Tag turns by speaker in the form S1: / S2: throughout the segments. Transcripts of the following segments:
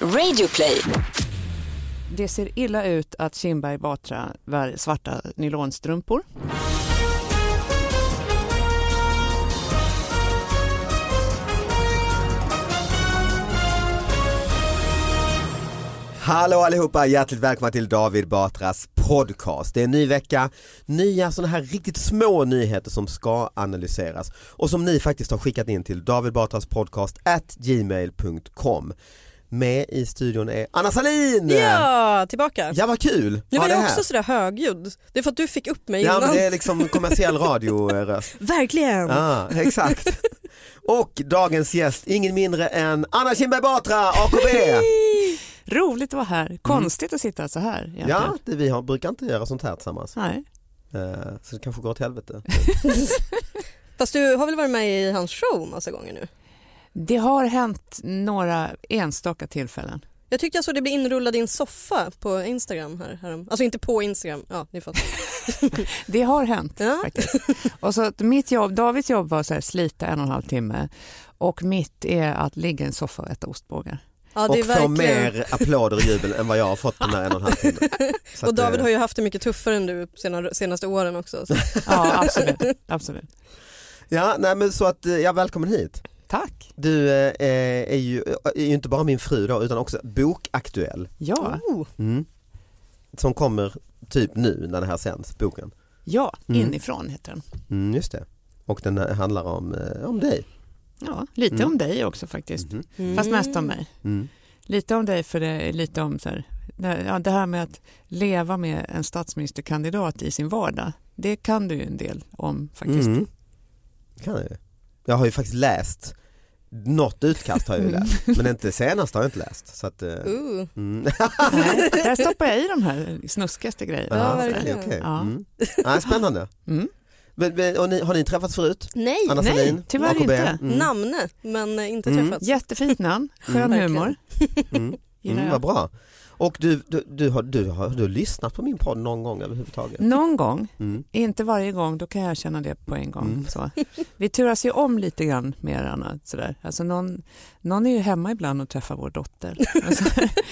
S1: Radioplay.
S2: Det ser illa ut att Kinberg Batra bär svarta nylonstrumpor.
S3: Hallå allihopa, hjärtligt välkomna till David Batras podcast. Det är en ny vecka, nya sådana här riktigt små nyheter som ska analyseras och som ni faktiskt har skickat in till David Batras podcast at gmail.com. Med i studion är Anna Salin!
S4: Ja, tillbaka.
S3: Ja vad kul!
S4: Nu
S3: att ha
S4: var
S3: dig
S4: jag
S3: här.
S4: också sådär högljudd. Det är för att du fick upp mig
S3: Ja men
S4: innan.
S3: det är liksom kommersiell radioröst.
S4: Verkligen.
S3: Ja, exakt. Och dagens gäst, ingen mindre än Anna Kinberg Batra, AKB!
S2: Roligt att vara här, konstigt att sitta så här. egentligen.
S3: Mm. Ja, det, vi har, brukar inte göra sånt här tillsammans.
S2: Nej.
S3: Eh, Så det kanske går åt helvete.
S4: Fast du har väl varit med i hans show massa gånger nu?
S2: Det har hänt några enstaka tillfällen.
S4: Jag tyckte jag såg det bli inrullad i en soffa på Instagram här. härom- Alltså inte på Instagram, ja ni fattar.
S2: Det har hänt
S4: Ja.
S2: faktiskt. Och så att mitt jobb, Davids jobb var så här, slita en och en halv timme och mitt är att ligga i en soffa och äta ostbågar.
S4: Ja, det
S3: och
S4: är
S3: få mer applåder och jubel än vad jag har fått på den här en och en halv timmen. Så
S4: Och
S3: att,
S4: David
S3: eh,
S4: har ju haft det mycket tuffare än du sena- senaste åren också. Så.
S2: Ja, absolut. absolut.
S3: Ja, nej men så att, eh, ja välkommen hit.
S2: Tack.
S3: Du eh, eh, är, ju, eh, är ju inte bara min fru då utan också bokaktuell
S2: Ja,
S4: Oh,
S3: mm. som kommer typ nu när det här sänds, boken.
S2: ja
S3: Mm.
S2: inifrån heter den.
S3: Mm, just det. Och den här handlar om, eh, om dig.
S2: Ja, lite
S3: Mm.
S2: om dig också faktiskt.
S3: Mhm.
S4: Mm.
S2: Fast mest om mig.
S3: Mm.
S2: Lite om dig, för det är lite om så här, det- ja, det här med att leva med en statsministerkandidat i sin vardag. Det kan du ju en del om faktiskt.
S3: Mm. Kan jag ju. Jag har ju faktiskt läst, något utkast har jag ju läst, men inte senaste har jag inte läst. Så att, eh,
S4: Uh.
S3: mm.
S2: Nej, där stoppar jag i de här snuskigaste grejerna.
S3: Aha,
S2: Så här.
S4: verkligen.
S3: okej.
S2: Ja.
S3: Mm. Ja, spännande.
S2: Mm.
S3: Men, men, och ni, har ni träffats förut?
S4: Nej,
S3: Anna
S2: nej,
S3: Sahlin,
S2: tyvärr
S3: AKB?
S2: inte.
S3: Mm.
S4: namne men eh, inte
S3: Mm.
S4: träffats.
S2: Jättefint namn, skön
S4: Mm, verkligen.
S2: humor.
S3: Mm.
S2: Gillar
S3: Mm,
S2: jag.
S3: vad bra. Och du, du, du, har, du, har, du har lyssnat på min podd någon gång överhuvudtaget?
S2: Någon gång,
S3: Mm.
S2: inte varje gång, då kan jag känna det på en gång.
S3: Mm.
S2: Så. Vi turas ju om lite grann med varandra. Sådär. Alltså någon, någon är ju hemma ibland och träffar vår dotter. Alltså,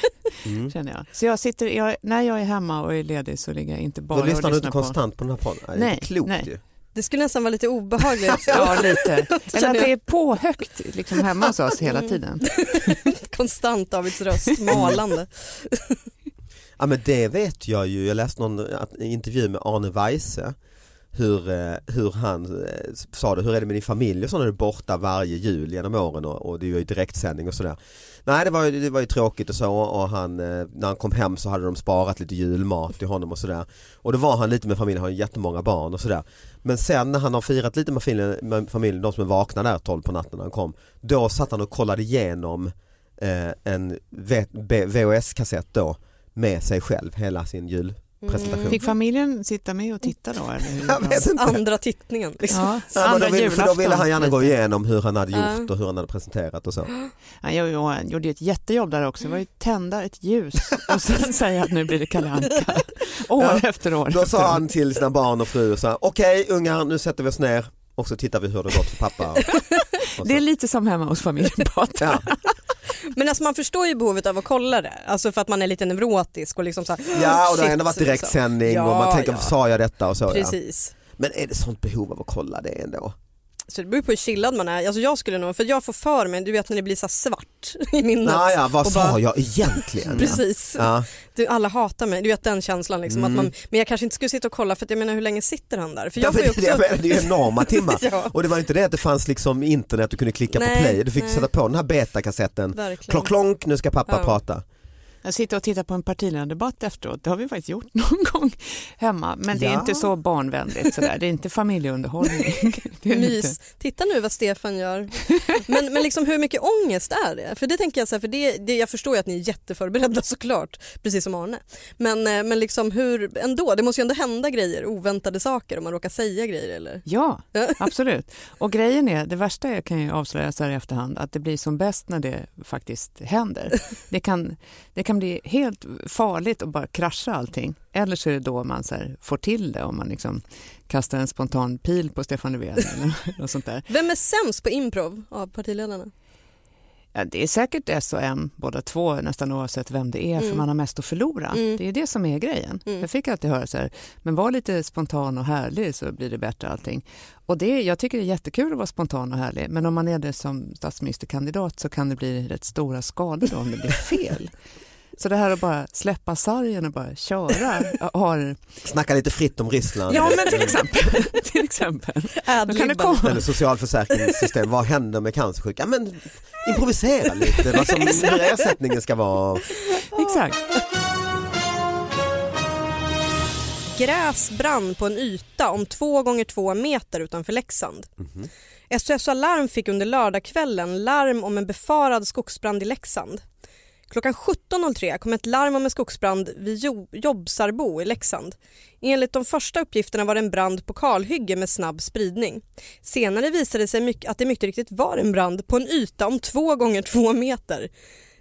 S3: Mm.
S2: känner jag. Så jag sitter, jag, när jag är hemma och är ledig så ligger jag inte bara
S3: Då
S2: och
S3: lyssnar
S2: lyssnar
S3: du inte
S2: på...
S3: konstant på den här podden? Nej, det är
S2: Nej,
S3: inte klokt
S2: nej.
S3: ju.
S4: Det skulle nästan vara lite obehagligt.
S2: Ja, lite. Eller att
S4: känner jag.
S2: det är på högt liksom, hemma hos oss
S3: Mm.
S2: hela tiden.
S4: Konstant Davids röst, malande.
S3: Ja men det vet jag ju, jag läste någon att- intervju med Arne Weise hur, eh, hur han eh, sa det, hur är det med din familj och så när du är borta varje jul genom åren och, och det är ju direktsändning och sådär. Nej det var, ju, det var ju tråkigt och så och han, eh, när han kom hem så hade de sparat lite julmat till honom och sådär. Och då var han lite med familjen, han har ju jättemånga barn och sådär. Men sen när han har firat lite med familjen, med familjen de som är vakna där 12 på natten när han kom, då satt han och kollade igenom eh, en V- B- VHS-kassett då med sig själv hela sin presentation.
S2: Mm. Fick familjen sitta med och titta då? Eller hur?
S3: Jag vet inte.
S4: Andra tittningen. Liksom.
S2: Ja, så
S3: Ja, men
S2: andra
S3: då vill, för då ville han gärna
S2: julafton.
S3: gå igenom hur han hade
S4: Ja.
S3: gjort och hur han hade presenterat och så.
S2: Han gjorde, och han gjorde ju ett jättejobb där också. Det var ju tända ett ljus och sen säga att nu blir det Kalle Anka. År
S3: Ja,
S2: efter år.
S3: Då
S2: efter år.
S3: sa han till sina barn och fru och sa okej ungar nu sätter vi oss ner och så tittar vi hur det gått för pappa. Och, och
S2: Det är
S3: så.
S2: lite som hemma hos familjen Batra.
S3: Ja,
S4: Men alltså, man förstår ju behovet av att kolla det. Alltså för att man är lite neurotisk och liksom så här,
S3: ja och det
S4: shit,
S3: har ändå varit
S4: liksom.
S3: direktsändning och
S4: Ja,
S3: man tänker
S4: ja.
S3: sa jag detta och så. Ja.
S4: Precis.
S3: Men är det sånt behov av att kolla det ändå?
S4: Så det beror på hur chillad man är. Alltså jag skulle nog, för jag får för mig, du vet när det blir så här svart i minnet.
S3: Nej, ja, vad
S4: Och
S3: sa
S4: bara-
S3: jag egentligen?
S4: Precis.
S3: Ja. Mm.
S4: Du, alla hatar mig, du vet den känslan liksom. Att man, men jag kanske inte skulle sitta och kolla för att jag menar hur länge sitter han där? För jag
S3: Ja,
S4: får ju
S3: men det, jag
S4: också...
S3: menar, det är ju enorma timmar.
S4: Ja.
S3: Och det var inte det att det fanns liksom internet, du kunde klicka på
S4: Nej,
S3: play, du fick
S4: nej.
S3: sätta på den här betakassetten.
S4: Verkligen.
S3: Klonk, klonk, nu ska pappa
S4: Ja.
S3: prata.
S2: Jag sitter och tittar på en partiledardebatt efteråt. Det har vi faktiskt gjort någon gång hemma. Men det är
S3: Ja.
S2: inte så barnvänligt. Sådär. Det är inte familjeunderhållning. Det är lite-
S4: Mys. Titta nu vad Stefan gör. Men, men liksom hur mycket ångest är det? För det tänker jag så här, för det, det, jag förstår ju att ni är jätteförberedda såklart, precis som Arne. Men, eh, men liksom hur, ändå, det måste ju ändå hända grejer, oväntade saker om man råkar säga grejer eller?
S2: Ja,
S4: Ja.
S2: absolut. Och grejen är, det värsta jag kan ju avslöja så här i efterhand, att det blir som bäst när det faktiskt händer. Det kan, det kan bli helt farligt att bara krascha allting. Eller så är det då man så här får till det, om man liksom kastar en spontan pil på Stefan Löfven eller något sånt där.
S4: Vem är sämst på improv av partiledarna?
S2: Ja, det är säkert S och M båda två nästan oavsett vem det är
S4: Mm.
S2: för man har mest att förlora. Det är det som är grejen. Jag fick alltid höra så här, men var lite spontan och härlig så blir det bättre allting. Och det, jag tycker det är jättekul att vara spontan och härlig men om man är det som statsministerkandidat så kan det bli rätt stora skador då om det blir fel. Så det här att bara släppa sargen och bara köra har...
S3: Snacka lite fritt om Ryssland.
S2: Ja men till exempel. till exempel. Då kan det
S4: Adlibban.
S2: komma.
S3: Eller socialförsäkringssystem, vad händer med cancersjuka? Ja, Men improvisera lite vad som hur ersättningen ska vara.
S2: Exakt.
S4: Gräs brann på en yta om två gånger två meter utanför Leksand. SOS Alarm fick under lördagskvällen larm om en befarad skogsbrand i Leksand. Klockan 17.03 kom ett larm om en skogsbrand vid Jo- Jobsarbo i Leksand. Enligt de första uppgifterna var det en brand på kalhygge med snabb spridning. Senare visade det sig mycket, att det mycket riktigt var en brand på en yta om två gånger två meter.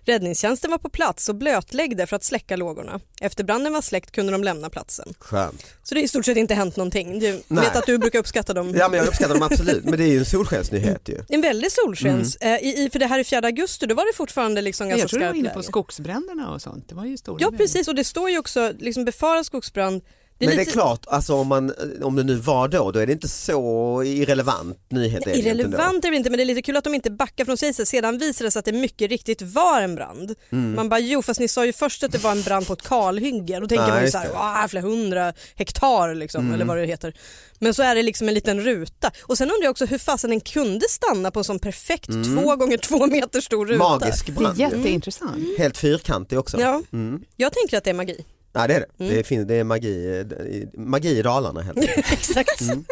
S4: Räddningstjänsten var på plats och blötläggde för att släcka lågorna. Efter branden var släckt kunde de lämna platsen.
S3: Skönt.
S4: Så det har i stort sett inte hänt någonting. Du
S3: Nej.
S4: vet att du brukar uppskatta dem.
S3: Ja men jag uppskattar dem absolut, men det är ju en solskensnyhet ju.
S4: En väldig solskens.
S3: Mm.
S4: eh, I, i- för det här är 4 augusti, då var det fortfarande liksom ganska
S2: Jag tror du var
S4: skarpt
S2: inne på
S4: läge.
S2: skogsbränderna och sånt. Det var ju stora
S4: Ja
S2: grejer.
S4: precis och det står ju också liksom befarad skogsbrand. Det är
S3: men det
S4: lite
S3: är klart, alltså om, man, om det nu var då, då är det inte så irrelevant nyhet. är det ju inte ändå.
S4: irrelevant är det inte men det är lite kul att de inte backar från sig. Sedan visade det sig att det mycket riktigt var en brand.
S3: Mm.
S4: Man bara jo fast ni sa ju först att det var en brand på ett kalhygge. Då tänker
S3: Nej,
S4: man ju
S3: just
S4: såhär
S3: det. Mm.
S4: "Wow, flera hundra hektar liksom eller vad det heter. Men så är det liksom en liten ruta. Och sen undrar jag också hur fasen den kunde stanna på en sån perfekt två gånger två meter stor ruta.
S3: Mm. Magisk
S2: Det är
S4: Mm.
S3: brand ju.
S2: jätteintressant.
S3: Helt fyrkantig också.
S4: Ja.
S3: Mm.
S4: Mm. Jag tänker att det är magi.
S3: Nej det är det. Det, finns, det är magi, eh, i- magi i Dalarna helt enkelt.
S4: Exakt.
S3: Mm.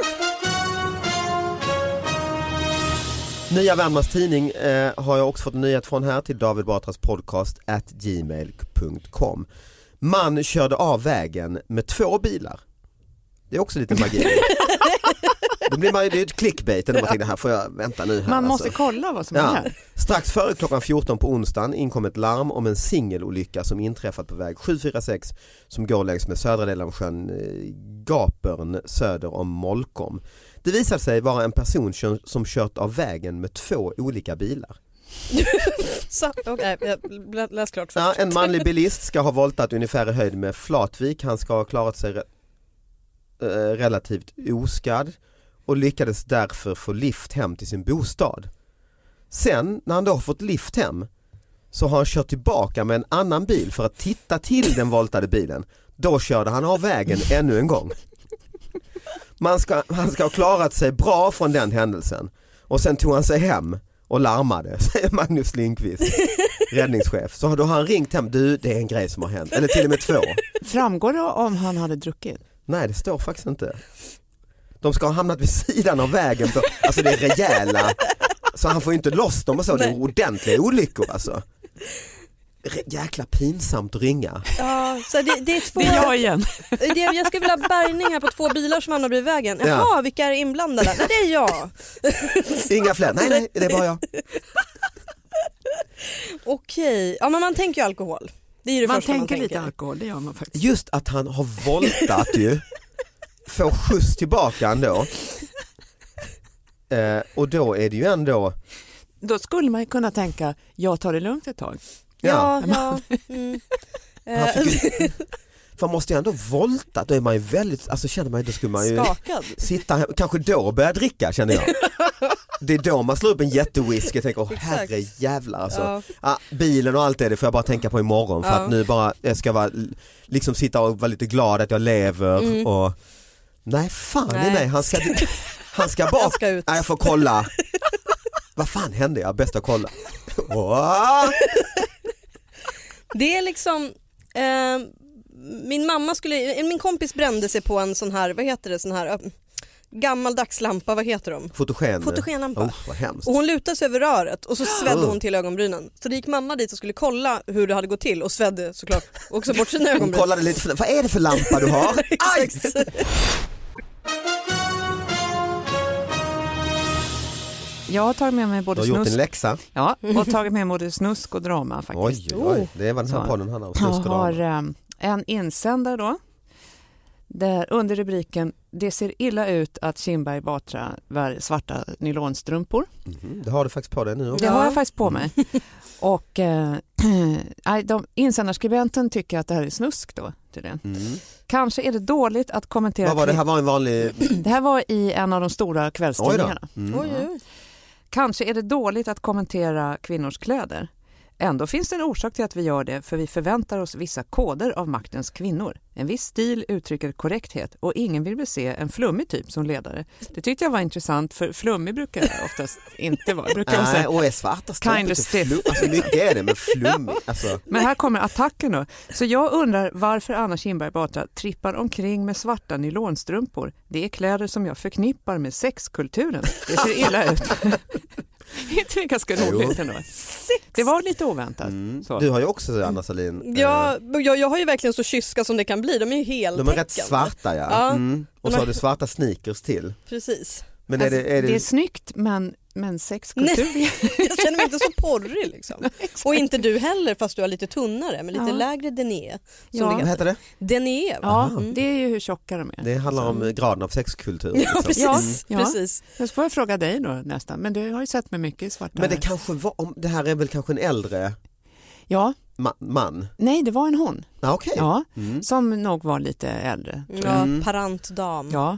S3: Nya Värmlands tidning eh, har jag också fått en nyhet från här till David Batras podcast at gmail.com. Man körde av vägen med två bilar. Det är också lite magi. Då blir man ju, det är ju ett clickbait när man tänker det här får jag vänta nu här.
S2: Man måste
S3: alltså.
S2: kolla vad som
S3: Ja.
S2: händer.
S3: Strax före klockan 14 på onsdagen inkom ett larm om en singelolycka som inträffat på väg 746 som går längs med södra delen av sjön eh, Gapern söder om Molkom. Det visade sig vara en person kö- som kört av vägen med två olika bilar.
S4: Så, okay, jag läs klart först.
S3: Ja, en manlig bilist ska ha voltat ungefär i höjd med Flatvik. Han ska ha klarat sig re- eh, relativt oskadd och lyckades därför få lift hem till sin bostad. Sen när han då har fått lift hem så har han kört tillbaka med en annan bil för att titta till den voltade bilen. Då körde han av vägen ännu en gång. Man ska, han ska ha klarat sig bra från den händelsen och sen tog han sig hem och larmade, säger Magnus Lindqvist, räddningschef. Så då har han ringt hem, du det är en grej som har hänt, eller till och med två.
S2: Framgår det om han hade druckit?
S3: Nej det står faktiskt inte. De ska ha hamnat vid sidan av vägen, på, alltså det är rejäla, så han får ju inte loss dem och så, det är ordentliga olyckor alltså. re- jäkla pinsamt att ringa.
S4: Ja, så det, det är två...
S2: Det är jag igen.
S4: Det- Jag skulle vilja ha bärgning här på två bilar som hamnar bredvid vägen.
S3: Ja.
S4: Jaha, vilka är inblandade? Nej, det är jag.
S3: Inga fler, nej nej det är bara jag.
S4: Okej, ja, men man tänker ju alkohol. Det är ju det
S2: Man
S4: första man
S2: tänker
S4: tänker.
S2: lite alkohol, det gör man faktiskt.
S3: Just att han har voltat ju, får skjuts tillbaka ändå. Eh, och då är det ju ändå,
S2: Då skulle man ju kunna tänka, jag tar det lugnt ett tag.
S4: Ja, ja. Mm.
S3: Han
S4: Eh,
S3: fick ju, för man måste ju ändå volta, då är man ju väldigt, alltså känner man ju, då skulle man ju
S4: Skakad.
S3: sitta här, kanske då börja dricka känner jag. Det är då man slår upp en jättewhisky och tänker, åh
S4: Exakt.
S3: herre jävlar alltså.
S4: Ja.
S3: Ah, bilen och allt det, det får jag bara tänka på imorgon för
S4: Ja.
S3: att nu bara, jag ska vara, liksom sitta och vara lite glad att jag lever och nej fan i
S4: Mm. Nej.
S3: nej, han ska, han ska bara,
S4: ska ut.
S3: Nej, jag får kolla. Vad fan hände jag? Bäst att kolla. Åh!
S4: Det är liksom, eh, min mamma skulle, eh, min kompis brände sig på en sån här, vad heter det, sån här eh, gammaldags lampa, vad heter de?
S3: Fotogen.
S4: Fotogenlampa.
S3: Oh, vad hemskt.
S4: Och hon lutade sig över röret och så svedde
S3: Oh.
S4: hon till ögonbrynen. Så det gick mamma dit och skulle kolla hur det hade gått till och svedde såklart också bort sina
S3: Hon
S4: ögonbryn.
S3: kollade lite, för- vad är det för lampa du har? Aj!
S4: Exakt.
S2: Jag har tagit med mig
S3: Du
S2: både
S3: har gjort
S2: snusk,
S3: en läxa.
S2: ja, och tagit med mig både snusk och drama faktiskt.
S3: Oj, oj, oj. Det var den här
S2: Så.
S3: podden handlar om.
S2: Jag
S3: Snusk och
S2: har
S3: damer.
S2: eh, en insändare då, där under rubriken “Det ser illa ut att Kinberg Batra bär svarta nylonstrumpor”.
S3: Mhm, Det har du faktiskt på dig nu också.
S2: Det har
S4: Ja.
S2: jag faktiskt på mig. Och eh, nej, de, insändarskribenten tycker att det här är snusk då tydligen.
S3: Mm.
S2: Kanske är det dåligt att kommentera...
S3: Vad var det
S2: krig-
S3: här? var en vanlig...
S2: det här var i en av de stora
S3: Oj då.
S2: kvällstidningarna.
S3: Mm.
S4: Oj, oj, oj.
S2: Kanske är det dåligt att kommentera kvinnors kläder. Ändå finns det en orsak till att vi gör det, för vi förväntar oss vissa koder av maktens kvinnor. En viss stil uttrycker korrekthet och ingen vill väl se en flummig typ som ledare. Det tyckte jag var intressant, för flummig brukar jag oftast inte vara. Brukar jag
S3: Nej,
S2: säga.
S3: och är svarta
S2: Kind of stiff.
S3: Flum, alltså mycket är det, men flummig. Alltså,
S2: Men här kommer attacken då. Så jag undrar varför Anna Kinberg Batra trippar omkring med svarta nylonstrumpor. Det är kläder som jag förknippar med sexkulturen. Det ser illa ut. Är inte det ganska roligt ändå? Det var lite oväntat. Så.
S3: Mm. du har ju också Anna Salin. eh,
S4: Ja, jag, jag har ju verkligen så kyska som det kan bli, de är ju
S3: De
S4: heltäckande.
S3: är rätt svarta ja.
S4: Ja.
S3: Mm. Och
S4: De
S3: så
S4: är-
S3: har du svarta sneakers till.
S4: Precis.
S3: Men är
S2: Alltså,
S3: det, är det...
S2: snyggt men, men sexkultur?
S4: Nej, jag känner mig inte så porrig liksom. Och inte du heller fast du har lite tunnare men lite
S2: Ja.
S4: lägre denier. Som det
S2: Ja.
S3: Vad
S4: heter.
S3: heter det?
S4: Denier va? Mm.
S2: Ja,
S3: Aha.
S2: det är ju hur tjocka de är.
S3: Det handlar
S2: Alltså.
S3: om eh, graden av sexkultur.
S4: Ja,
S3: liksom.
S4: precis.
S2: Ja.
S4: precis.
S2: Så får jag fråga dig då nästan, men du har ju sett mig mycket i svarta.
S3: Men det kanske var, om, det här är väl kanske en äldre
S2: Ja,
S3: ma- man?
S2: nej det var en hon,
S3: Ah, Okej, Mm.
S2: ja, som nog var lite äldre.
S4: Ja, parant dam.
S2: Ja,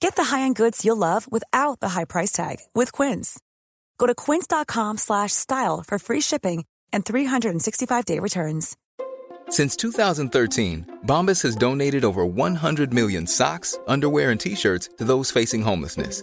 S1: Get the high-end goods you'll love without the high price tag with Quince. Go to quince.com/style slash style for free shipping and 365-day returns.
S5: Since 2013, Bombas has donated over 100 million socks, underwear, and t shirts to those facing homelessness.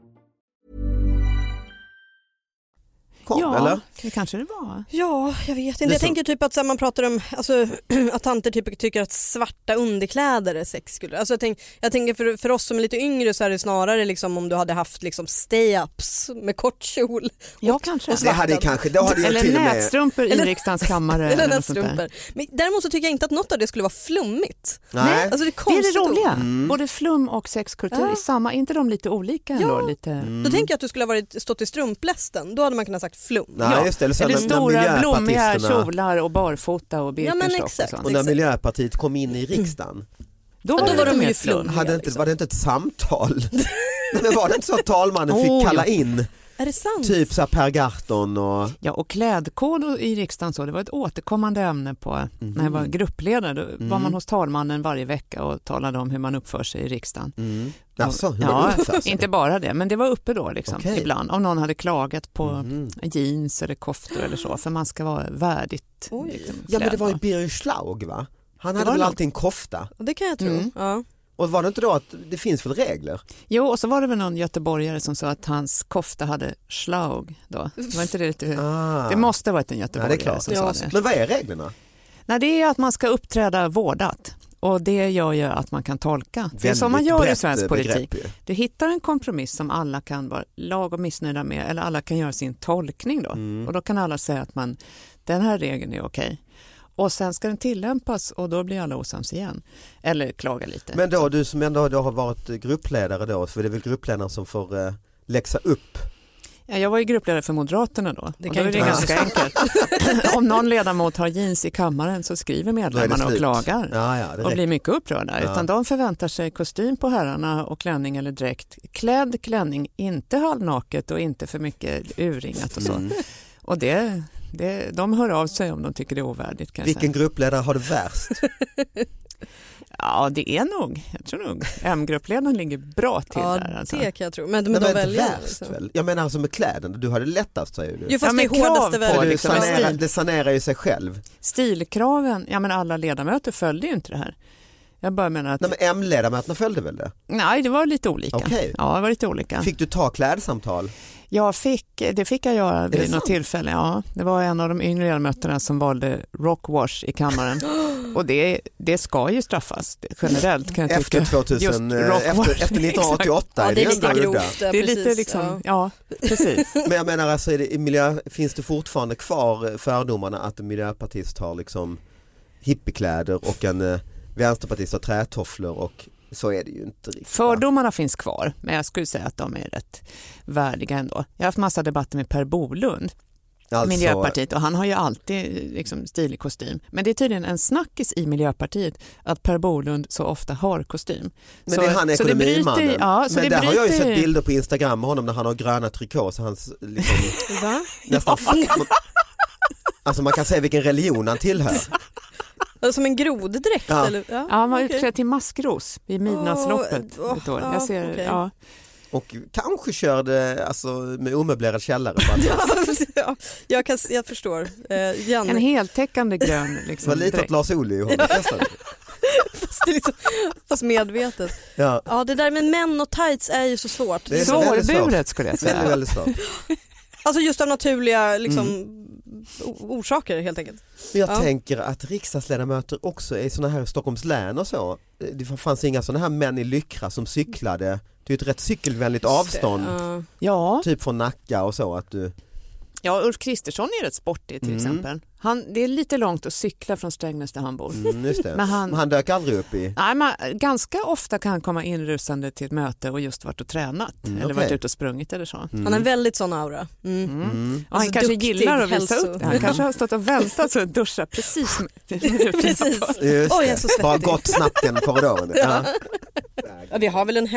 S3: Kom,
S2: ja
S3: eller?
S2: det kanske det var.
S4: Ja, jag vet inte.
S3: Det är
S4: Jag
S3: så-
S4: tänker typ att så här, man pratar om alltså, att tanter typ tycker att svarta underkläder är sexkultur. Alltså, jag, tänk, jag tänker för, för oss som är lite yngre så är det snarare liksom om du hade haft liksom stay-ups med kort kjol.
S2: Ja, kanske.
S4: och
S3: Det
S4: svarta.
S3: hade kanske, då hade jag till
S2: Eller
S3: och med
S2: nätstrumpor i riksdagens kammare.
S4: Eller
S2: något sånt där.
S4: nässtrumpor. Men däremot så tycker jag inte att något av det skulle vara flummigt.
S3: Nej.
S4: Alltså det är
S2: Det är
S4: konstigt.
S2: det roliga,
S4: ord.
S2: både flum och sexkultur
S4: Ja.
S2: är samma, inte de lite olika ändå?
S4: Ja. Mm.
S2: Lite...
S4: Då tänker jag att du skulle ha varit, stått i strumplästen, då hade man kunnat sagt flum.
S3: Nej,
S2: Ja.
S3: just det, eller så
S2: Eller
S3: när- när
S2: stora blommiga
S3: miljöpartisterna-
S2: kjolar och barfota och
S4: Ja, men
S2: Birkenstock och
S4: exakt.
S2: sånt.
S3: Och när Miljöpartiet kom in i riksdagen
S2: Mm.
S4: då
S2: Då det
S4: var
S2: lite
S4: de
S2: mer
S4: ju
S2: flum.
S4: flummiga.
S3: Hade inte,
S4: liksom.
S3: Var det inte ett samtal? Nej, men var det inte så att talmannen
S2: Oh,
S3: fick kalla
S2: jo.
S3: in
S4: Är det sant?
S3: typ så här Per Gahrton och
S2: Ja, och klädkod och- i riksdagen så, det var ett återkommande ämne på när jag var gruppledare. Då var man hos talmannen varje vecka och talade om hur man uppför sig i riksdagen.
S3: mm. Jaså, hur man
S2: Ja,
S3: uppför sig?
S2: inte bara det, men det var uppe då liksom,
S3: alltså? Okej.
S2: ibland. Om någon hade klagat på
S3: Mhm.
S2: jeans eller koftor eller så, för man ska vara värdigt.
S4: Oj.
S2: Liksom,
S3: Ja men det
S2: klädd,
S3: var ju
S2: va?
S3: Birger Schlaug va? Han
S2: var
S3: hade väl
S2: någon.
S3: alltid en kofta?
S4: Ja, Det kan jag tro.
S2: Mm.
S4: Ja.
S3: Och var det inte då att det finns väl regler?
S2: Jo, och så var det väl någon göteborgare som sa att hans kofta hade slaug då. Det var inte det lite...
S3: Ah.
S2: Det måste ha varit en
S3: Nej,
S2: göteborgare
S3: det är klart.
S2: som sa det.
S3: Men vad är reglerna?
S2: Nej, det är att man ska uppträda vårdat och det gör ju att man kan tolka. det är så
S3: Väldigt
S2: man gör i
S3: brett
S2: svensk politik.
S3: begrepp ju.
S2: Du hittar en kompromiss som alla kan vara lagom missnöjda med eller alla kan göra sin tolkning då.
S3: Mm.
S2: Och då kan alla säga att man, den här regeln är okej. Och sen ska den tillämpas och då blir alla osams igen. Eller klaga lite.
S3: Men då du som ändå då har varit gruppledare då, så är det väl gruppledaren som får eh, läxa upp?
S2: Ja, Jag var ju gruppledare för Moderaterna då.
S4: Det
S2: och
S4: kan
S2: då är
S4: inte
S2: det
S4: vara
S2: ganska enkelt. Om någon ledamot har jeans i kammaren så skriver
S3: Då är det
S2: medlemmarna och
S3: slut.
S2: klagar.
S3: Ja, ja, det
S2: och blir
S3: räcker.
S2: mycket upprörda.
S3: Ja.
S2: Utan de förväntar sig kostym på herrarna och klänning eller dräkt. Klädd klänning, inte halvnaket och inte för mycket urringat och så.
S3: Mm.
S2: Och det, det, de hör av sig om de tycker det är ovärdigt. Kanske.
S3: Vilken gruppledare har det värst?
S2: Ja, det är nog. Jag tror nog M-gruppledaren ligger bra till
S4: Ja,
S2: där. Alltså.
S4: det kan jag tro. Men, men,
S3: Men
S4: de
S3: det är inte
S4: väljer.
S3: värst
S4: liksom.
S3: väl? Jag menar alltså med kläderna, du hade det lättast säger du.
S4: Jo, fast
S2: Ja,
S4: det
S2: men
S4: är hårdaste
S2: krav
S3: För
S2: på
S4: väl.
S3: du
S2: liksom
S4: Ja.
S3: sanerar,
S2: stil.
S3: det sanerar ju sig själv.
S2: Stilkraven, ja men alla ledamöter följde ju inte det här. Jag bara menar att
S3: Nej, men M-ledamöterna följde väl det?
S2: Nej, det var lite olika.
S3: Okej.
S2: Ja, det var lite olika.
S3: Fick du ta klädsamtal?
S2: Jag fick, det fick jag göra
S3: det
S2: vid något
S3: sant?
S2: tillfälle. Ja, det var en av de yngre ledamöterna som valde rockwash i kammaren. Och det, det ska ju straffas generellt kan jag tycka.
S3: Efter 2000,
S2: Just
S3: eh,
S2: rock
S3: efter,
S2: wash.
S3: efter
S2: Exakt.
S3: 1988
S4: Ja, det är lite
S3: ändå
S4: grovt.
S3: udda.
S4: ja,
S2: Det är lite
S4: precis,
S2: liksom,
S4: ja.
S2: ja, precis.
S3: Men jag menar alltså, är det, i miljö, finns det fortfarande kvar eh, fördomarna att en miljöpartist har liksom hippiekläder och en eh, vänsterpartist har trätofflor och så är det ju inte riktigt. va?
S2: Fördomarna finns kvar, men jag skulle säga att de är rätt värdiga ändå. Jag har haft massa debatter med Per Bolund,
S3: Alltså,
S2: Miljöpartiet, och han har ju alltid liksom, stilig kostym. Men det är tydligen en snackis i Miljöpartiet att Per Bolund så ofta har kostym.
S3: Men
S2: så,
S3: är han
S2: så det bryter-
S3: ekonomimannen?
S2: Ja, så
S3: men
S2: det
S3: där har jag ju
S2: bryter
S3: sett bilder på Instagram med honom när han har gröna trikås. Hans, liksom,
S4: Va?
S3: nästan, alltså man kan säga vilken religion han tillhör.
S4: Ja, Som en groddräkt?
S3: Ja.
S4: Eller?
S2: Ja, han var
S4: okej.
S2: utklädd till maskros vid midnattsloppet
S4: Åh,
S2: ett år.
S4: åh,
S2: Jag ser,
S4: okej.
S2: ja.
S3: Och kanske körde alltså, med omöblerad källare. För att,
S4: ja, jag, kan, jag förstår. Eh,
S2: En
S4: Janne,
S2: heltäckande grön
S3: det
S2: liksom,
S3: var lite åt
S2: dräkt.
S3: Lars Ohly i honom. nästan.
S4: fast, det är liksom, fast medvetet.
S3: Ja,
S4: Ja, det där med män och tights är ju så svårt.
S3: Det är så väldigt
S2: Sårburet skulle jag
S3: väldigt,
S2: säga.
S3: väldigt svårt.
S4: Alltså just av naturliga liksom,
S3: Mm.
S4: o- orsaker helt enkelt.
S3: Men jag
S4: Ja.
S3: tänker att riksdagsledamöter också är sådana här i Stockholms län och så. Det fanns inga sådana här män i Lyckra som cyklade. Det är ju ett rätt cykelvänligt avstånd.
S4: Ja.
S2: Ja.
S3: Typ från Nacka och så. Att du,
S2: ja, Ulf Kristersson är rätt sportig till
S3: Mm.
S2: exempel. Han, det är lite långt att cykla från Strängnäs där han bor.
S3: mm, just det.
S2: Men han-
S3: Men han dök aldrig upp i...
S2: Nej, men eh, ganska ofta kan han komma inrusande till ett möte och just varit och tränat
S3: Mm,
S2: eller
S3: okej.
S2: varit ute och sprungit eller så.
S4: Han har en väldigt sån aura. Mm.
S3: Mm.
S2: Och han
S4: Alltså,
S2: kanske
S4: duktig
S2: gillar att visa
S4: hälso-
S2: upp det. Han kanske har stått och väntat så att duscha precis minuterna
S4: Precis.
S2: på.
S3: Just
S4: Oj, jag
S3: det.
S4: är så
S3: Bara
S4: svettig.
S3: gått snabbt genom korridoren. Ja.
S4: Ja, vi har väl en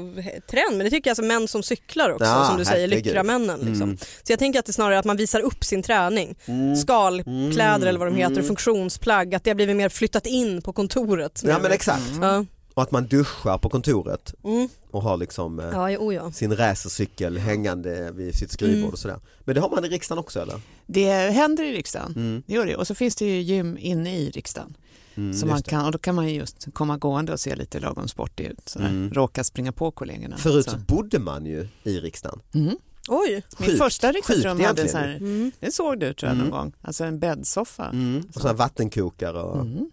S4: hälsotrend, men det tycker jag alltså män som cyklar också,
S3: Ja,
S4: som du säger,
S3: herregud.
S4: lyckramännen. Liksom.
S3: Mm.
S4: Så jag tänker att det är snarare att man visar upp sin träning,
S3: Mm.
S4: skalkläder
S3: Mm.
S4: eller vad de heter,
S3: Mm.
S4: funktionsplagg, att det har blivit mer flyttat in på kontoret.
S3: ja men exakt.
S4: Ja,
S3: Och att man duschar på kontoret
S4: mm.
S3: och har liksom eh,
S4: ja, jo, ja.
S3: sin racercykel hängande vid sitt skrivbord
S4: Mm.
S3: och sådär. Men det har man i riksdagen också eller?
S2: Det händer i riksdagen.
S3: Mm.
S2: Det gör det. Och så finns det ju gym inne i riksdagen.
S3: Mm,
S2: så man
S3: just det.
S2: kan, och då kan man ju just komma gående och se lite lagom sportig ut. Sådär.
S3: Mm.
S2: Råka springa på kollegorna.
S3: Förut så
S2: Så.
S3: bodde man ju i riksdagen.
S2: Mm.
S4: Oj,
S2: Mitt
S3: Sjukt,
S2: första
S3: sjukt
S2: riksdagsrum hade en
S3: egentligen.
S2: sån här,
S4: mm.
S2: det såg du tror jag
S3: Mm.
S2: någon gång, alltså en bäddsoffa.
S3: Mm. Och sådana vattenkokare och
S2: Mm.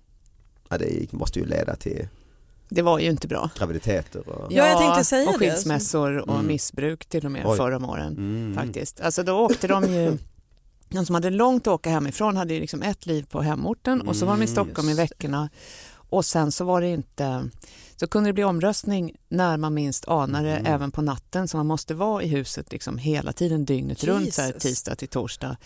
S3: ja, det måste ju leda till
S2: Det var ju inte bra.
S3: graviditeter och
S4: Ja, jag tänkte säga
S2: och
S4: det.
S2: skilsmässor och
S3: Mm.
S2: missbruk till och med
S3: Oj.
S2: förra om åren.
S3: mm.
S2: faktiskt. Alltså då åkte de ju, de som hade långt att åka hemifrån hade ju liksom ett liv på hemorten och så var de i
S3: Mm,
S2: Stockholm i
S3: just det.
S2: veckorna och sen så var det inte, så kunde det bli omröstning när man minst anade
S3: Mm.
S2: även på natten så man måste vara i huset liksom hela tiden dygnet runt så här,
S4: Jesus.
S2: tisdag till torsdag.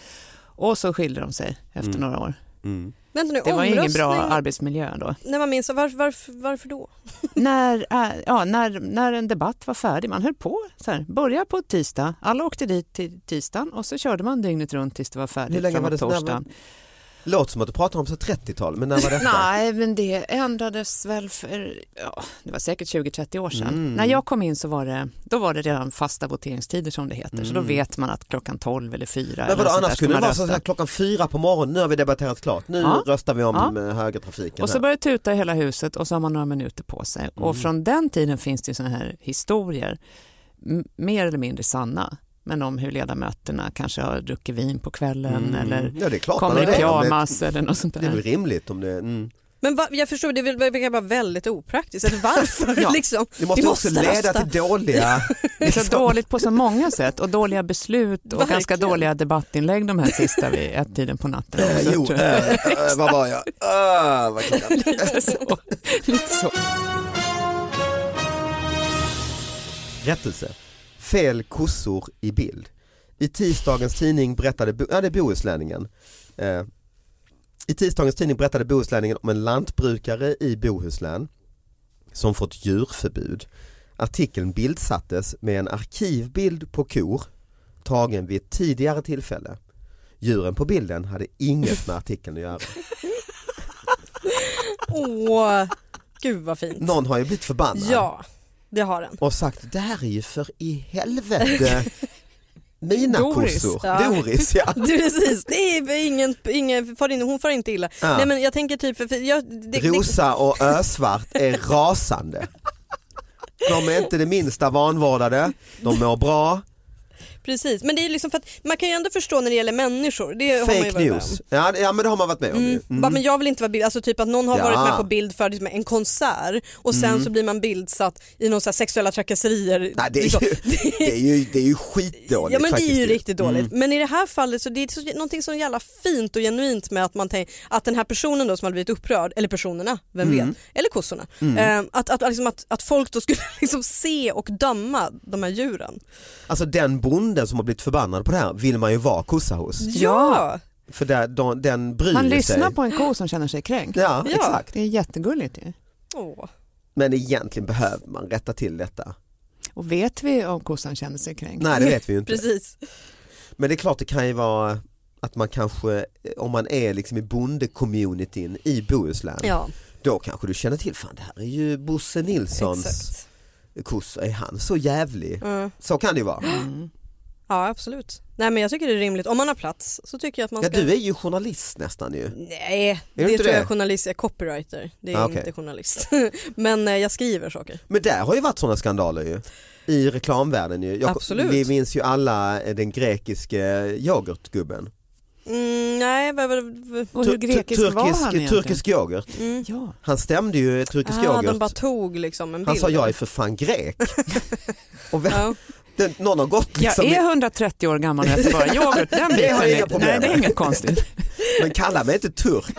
S2: Och så skilde de sig efter
S3: Mm.
S2: några år.
S3: Mm.
S4: Vänta nu,
S2: Det var ju ingen bra
S4: omröstning-
S2: arbetsmiljö då.
S4: När man minns, varför, varför, varför då?
S2: när, äh, ja, när, när en debatt var färdig, man höll på så här, börja på tisdag, alla åkte dit till tisdagen och så körde man dygnet runt tills det var färdigt
S3: Hur länge var
S2: framåt
S3: det sån här-
S2: torsdagen.
S3: Låter som att du pratar om så 30-tal, men när var detta?
S2: Nej, men det ändrades väl för, ja, det var säkert 20-30 år sedan.
S3: Mm.
S2: När jag kom in så var det, då var det redan fasta voteringstider som det heter, så då vet man att klockan 12 eller 4 eller
S3: Mm. Men vadå,
S2: något sånt alltså, där
S3: annars
S2: ska
S3: skulle det
S2: man
S3: vara
S2: rösta.
S3: så här klockan fyra på morgonen, nu har vi debatterat klart, nu
S2: Ja.
S3: röstar vi om
S2: Ja.
S3: ja. Mm. högertrafiken.
S2: Och så
S3: här.
S2: börjar det tuta i hela huset och så har man några minuter på sig. Och från den tiden finns det ju sådana här historier, m- mer eller mindre sanna, men om hur ledamöterna kanske har druckit vin på kvällen eller
S3: Mm. Ja det är klart, man
S2: kommer i
S3: har det. om
S2: pyjamas eller något sånt
S3: Det, det är väl
S2: där.
S3: rimligt om det, mm.
S4: Men va, jag förstår, det vill- det verkar vara väldigt opraktiskt. Eller varför
S2: Ja.
S4: liksom?
S3: det måste,
S4: Vi
S3: också leda
S4: rösta.
S3: till dåliga,
S2: Det är så dåligt på så många sätt och dåliga beslut och
S4: Verkligen.
S2: ganska dåliga debattinlägg de här sista vid ett tiden på natten.
S3: Eh,
S2: Så
S3: jo,
S2: tror jag.
S3: eh, eh, vad var jag? Eh, vad klockan?
S2: Lite så. Lite så.
S3: Rättelse. Fel kossor i bild. I tisdagens tidning berättade, Bo- ja det är Bohuslänningen. Eh, I tisdagens tidning berättade Bohuslänningen om en lantbrukare i Bohuslän som fått djurförbud. Artikeln bildsattes med en arkivbild på kor tagen vid ett tidigare tillfälle. Djuren på bilden hade inget med artikeln att göra.
S4: Åh, gud vad fint.
S3: Någon har ju blivit förbannad.
S4: Ja, det har den.
S3: och sagt det här är ju för i helvete mina
S2: Doris,
S3: kossor.
S4: ja.
S3: Doris ja.
S4: Du, Precis, det är ingen, ingen far in, hon far inte illa.
S3: Ja.
S4: Nej men jag tänker typ, för, för jag, det, det,
S3: Rosa och Ösvart är rasande. De är inte det minsta vanvårdade, de mår bra.
S4: precis, men det är liksom för att man kan ju ändå förstå när det gäller människor. Det har man ju
S3: Fake
S4: varit med
S3: news.
S4: om. Mm.
S3: Ja, det- ja men det har man varit med om ju.
S4: Bara, men jag vill inte vara bild, alltså typ att någon har
S3: Ja. Mm.
S4: varit med på bild för liksom, en konsert och sen så blir man bildsatt i någon så här sexuella trakasserier.
S3: Nej, det, är
S4: liksom.
S3: ju, det, är ju, det är ju skitdåligt
S4: Ja men det
S3: faktiskt. Mm.
S4: är ju riktigt dåligt. Men i det här fallet så det är så, någonting så jävla fint och genuint med att man tänker att den här personen då som hade blivit upprörd, eller personerna, vem
S3: Mm.
S4: vet, eller kossorna, eh, att, att, liksom att, att folk då skulle liksom se och döma de här djuren.
S3: Alltså den bonden som har blivit förbannad på det här vill man ju vara kossa hos.
S4: Ja!
S3: För där, de, den bryr
S2: Man
S3: sig.
S2: lyssnar på en ko som känner sig kränkt.
S3: Ja,
S4: Ja.
S3: exakt.
S2: Det är jättegulligt ju.
S4: Åh.
S3: Men egentligen behöver man rätta till detta.
S2: Och vet vi om kossan känner sig kränkt?
S3: Nej det vet vi ju inte.
S4: Precis.
S3: Men det är klart det kan ju vara att man kanske, om man är liksom i bondecommunityn i Bohuslän,
S4: Ja,
S3: då kanske du känner till, fan det här är ju Bosse Nilssons
S4: exakt.
S3: kossa, är han så jävlig?
S4: Mm.
S3: Så kan det ju vara.
S4: Ja absolut. Nej men jag tycker det är rimligt, om man har plats så tycker jag att man
S3: Ja
S4: ska...
S3: du är ju journalist nästan ju.
S4: Nej, det
S3: du inte
S4: tror jag
S3: det?
S4: är journalist, jag är copywriter. Det är
S3: Ah, okej.
S4: inte journalist. men eh, jag skriver saker.
S3: Men där har ju varit sådana skandaler ju. I reklamvärlden ju. Jag,
S4: Absolut.
S3: Vi minns ju alla eh, den grekiske yoghurtgubben.
S4: Mm, nej, vad- vad- vad-
S2: Och hur
S3: Tur- tur-
S2: grekisk var han egentligen?
S3: turkisk, turkisk yoghurt.
S2: Ja.
S3: Han stämde ju turkisk
S4: Mm. ah,
S3: yoghurt.
S4: de bara tog liksom en bild.
S3: han sa jag är för fan grek. Och vem,
S4: Ja.
S3: den, någon har gått liksom
S2: jag är 130 år gammal och äter bara yoghurt. Den biten
S3: har jag inga
S2: är-
S3: problem
S2: Nej, det är
S3: med.
S2: inget konstigt.
S3: Men kalla mig inte turk.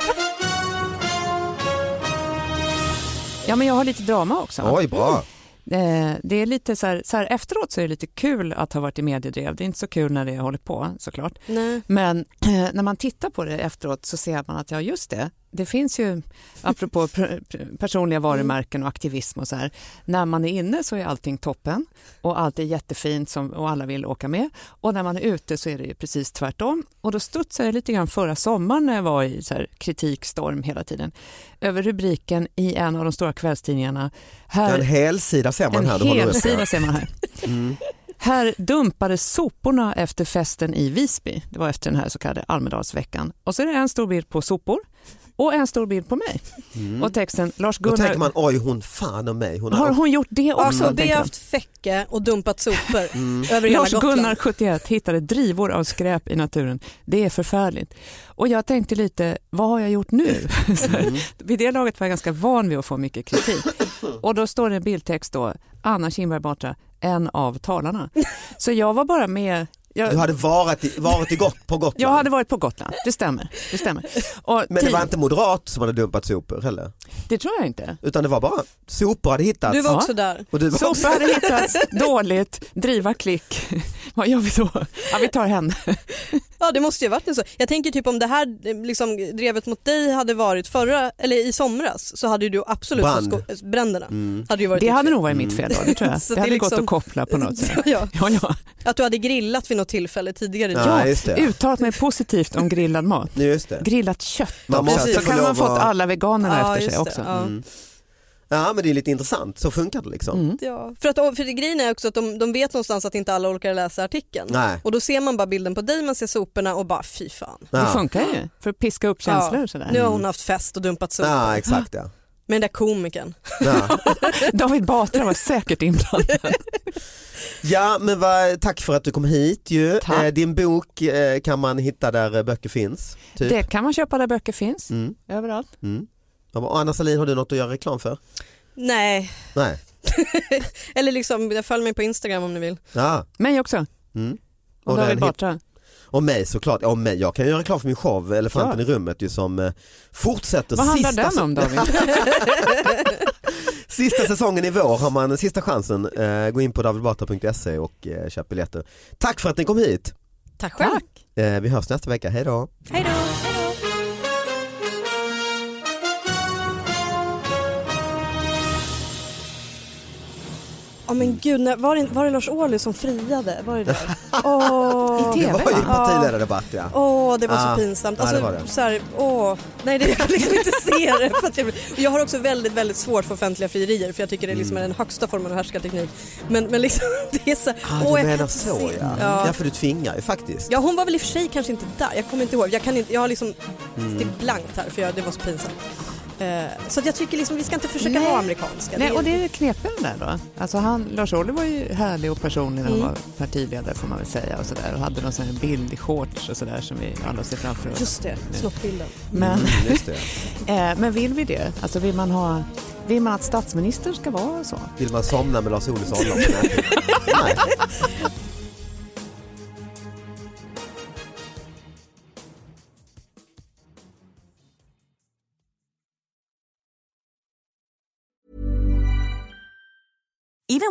S2: Ja, men jag har lite drama också.
S3: Oj, bra.
S2: Eh, Det är lite så här, så här, efteråt så är det lite kul att ha varit i mediedrev. Det är inte så kul när det håller på såklart.
S4: Nej.
S2: Men eh, när man tittar på det efteråt så ser man att ja, just det. Det finns ju, apropå pr- pr- personliga varumärken och aktivism och så här, när man är inne så är allting toppen och allt är jättefint som, och alla vill åka med. Och när man är ute så är det ju precis tvärtom. Och då studsade jag lite grann förra sommaren när jag var i så här kritikstorm hela tiden över rubriken i en av de stora kvällstidningarna. Här
S3: En hel sida ser man
S2: en
S3: här. du håller
S2: hel
S3: upp
S2: sida
S3: här.
S2: ser man här. Här dumpades soporna efter festen i Visby. Det var efter den här så kallade Almedalsveckan. Och så är det en stor bild på sopor och en stor bild på mig. Och texten
S3: Mm. Då tänker
S2: Lars-Gunnar,
S3: man oj hon fan och mig. Hon
S2: har hon gjort det också?
S4: Alltså det
S2: tänker
S4: har
S2: de.
S4: haft fäcke och dumpat sopor
S3: Mm.
S4: över hela Gotland.
S2: Lars-Gunnar, 71, hittade drivor av skräp i naturen. Det är förfärligt. Och jag tänkte lite, vad har jag gjort nu?
S4: Mm.
S2: Så här, Vid det laget var jag ganska van vid att få mycket kritik. Och då står det en bildtext då, Anna Kinberg Batra, en av talarna. Så jag var bara med Jag,
S3: Du hade varit, i, varit i got, på Gotland.
S2: jag hade varit på Gotland, det stämmer. Det, stämmer. Och
S3: Men det
S2: tid-
S3: var inte moderat som hade dumpat sopor heller.
S2: det tror jag inte.
S3: Utan det var bara sopor hade hittats.
S4: Du var
S2: Ja.
S4: också där.
S3: och du var
S2: Soppa hade hittats, dåligt, driva klick. Vad gör vi då? Ja, vi tar henne.
S4: Ja det måste ju ha varit en så. Jag tänker typ om det här eh, liksom, drevet mot dig hade varit förra, eller i somras så hade ju du absolut
S3: Brand. Mm.
S4: fått sko- bränderna. Hade ju varit
S2: Det
S4: ditt
S2: hade
S4: fel.
S2: nog varit mitt fel då, det tror jag.
S4: Så det
S2: Det
S4: är
S2: hade gått
S4: liksom-
S2: att koppla på något sätt.
S4: ja,
S2: Ja, ja.
S4: Att du hade grillat vid något tillfälle tidigare.
S3: Ja,
S2: ja
S3: just det.
S2: uttalat mig positivt om grillad mat.
S3: Nej, Just det.
S2: Grillat kött
S3: Man
S2: också.
S4: måste
S2: Så
S4: få
S2: kan man
S3: lov
S2: fått
S3: att-
S2: alla veganerna
S4: Ja,
S2: efter
S4: just
S2: sig
S4: det.
S2: också.
S4: Ja.
S3: Mm. Ja men det är lite intressant, så funkar det liksom.
S2: Mm.
S4: Ja, för, att, för det grejen är också att de, de vet någonstans att inte alla orkar läsa artikeln.
S3: Nej.
S4: Och då ser man bara bilden på dig, man ser soporna och bara fy fan.
S2: Det
S3: Ja.
S2: funkar ju för att piska upp känslor.
S4: Ja,
S2: och Sådär.
S4: Nu har hon haft fest och dumpat sopor.
S3: Mm. Ja exakt ja.
S4: Med den där komikern.
S3: Ja,
S2: David Batra var säkert inblandad.
S3: typ. ja men vad, tack för att du kom hit ju.
S2: Tack.
S3: Eh, Din bok eh, kan man hitta där eh, böcker finns. Typ.
S2: Det kan man köpa där böcker finns,
S3: Mm.
S2: överallt.
S3: Mm. Ja, men Anna Salin har du något att göra reklam för?
S4: Nej,
S3: Nej.
S4: eller liksom följ mig på Instagram om ni vill.
S3: Ja.
S2: Mig också.
S3: Mm.
S2: Och,
S3: Och
S2: David
S3: den hit-
S2: Batra.
S3: Och mig såklart, ja, och mig. jag kan ju göra reklam för min show Elefanten i rummet ju, som eh, fortsätter.
S2: Vad handlar
S3: sista,
S2: den
S3: sä-
S2: om David?
S3: sista säsongen i vår har man sista chansen. Eh, gå in på davidbatra.se och eh, köp biljetter. Tack för att ni kom hit.
S4: Tack själv.
S3: Eh, vi hörs nästa vecka, hej då.
S4: Hej då. Ja men gud, när, var, det, var det Lars Ohly som friade? Var det det? Åh,
S2: I
S3: Det
S2: tv
S3: var ju
S2: va?
S3: partiledardebatt ja.
S4: åh, det var
S3: Ah,
S4: så pinsamt.
S3: ja,
S4: Alltså,
S3: det var det.
S4: Så här, åh. Nej, det, jag kan liksom inte se det. För att jag, blir- jag har också väldigt, väldigt svårt för offentliga frierier för jag tycker det liksom är den högsta formen av härskarteknik. Men, men liksom, det är så här,
S3: Mm.
S4: åh,
S3: Ah,
S4: jag
S3: du
S4: kan
S3: menar
S4: inte
S3: så
S4: se.
S3: ja.
S4: Ja.
S3: Ja för du tvingar ju faktiskt.
S4: Ja, hon var väl i och för sig kanske inte där. Jag kommer inte ihåg. Jag, kan inte, jag har liksom
S3: Mm.
S4: det är blankt här för jag, det var så pinsamt. Eh, så att jag tycker liksom vi ska inte försöka
S2: Nej.
S4: vara amerikanska.
S2: Nej,
S4: är-
S2: och det är knepiga det där då. Alltså han, Lars Ohly var ju härlig och personlig när han
S4: Mm.
S2: var partiledare får man väl säga och sådär och hade någon sån här bild i shorts och sådär som vi alla ser framför oss.
S4: Just det, snoppbilden.
S2: Men,
S3: Mm, just det.
S2: eh, men vill vi det? Alltså vill man, ha, vill man att statsminister ska vara så?
S3: Vill man somna med Lars Ohlys avlopp? Nej. Nej.
S1: Even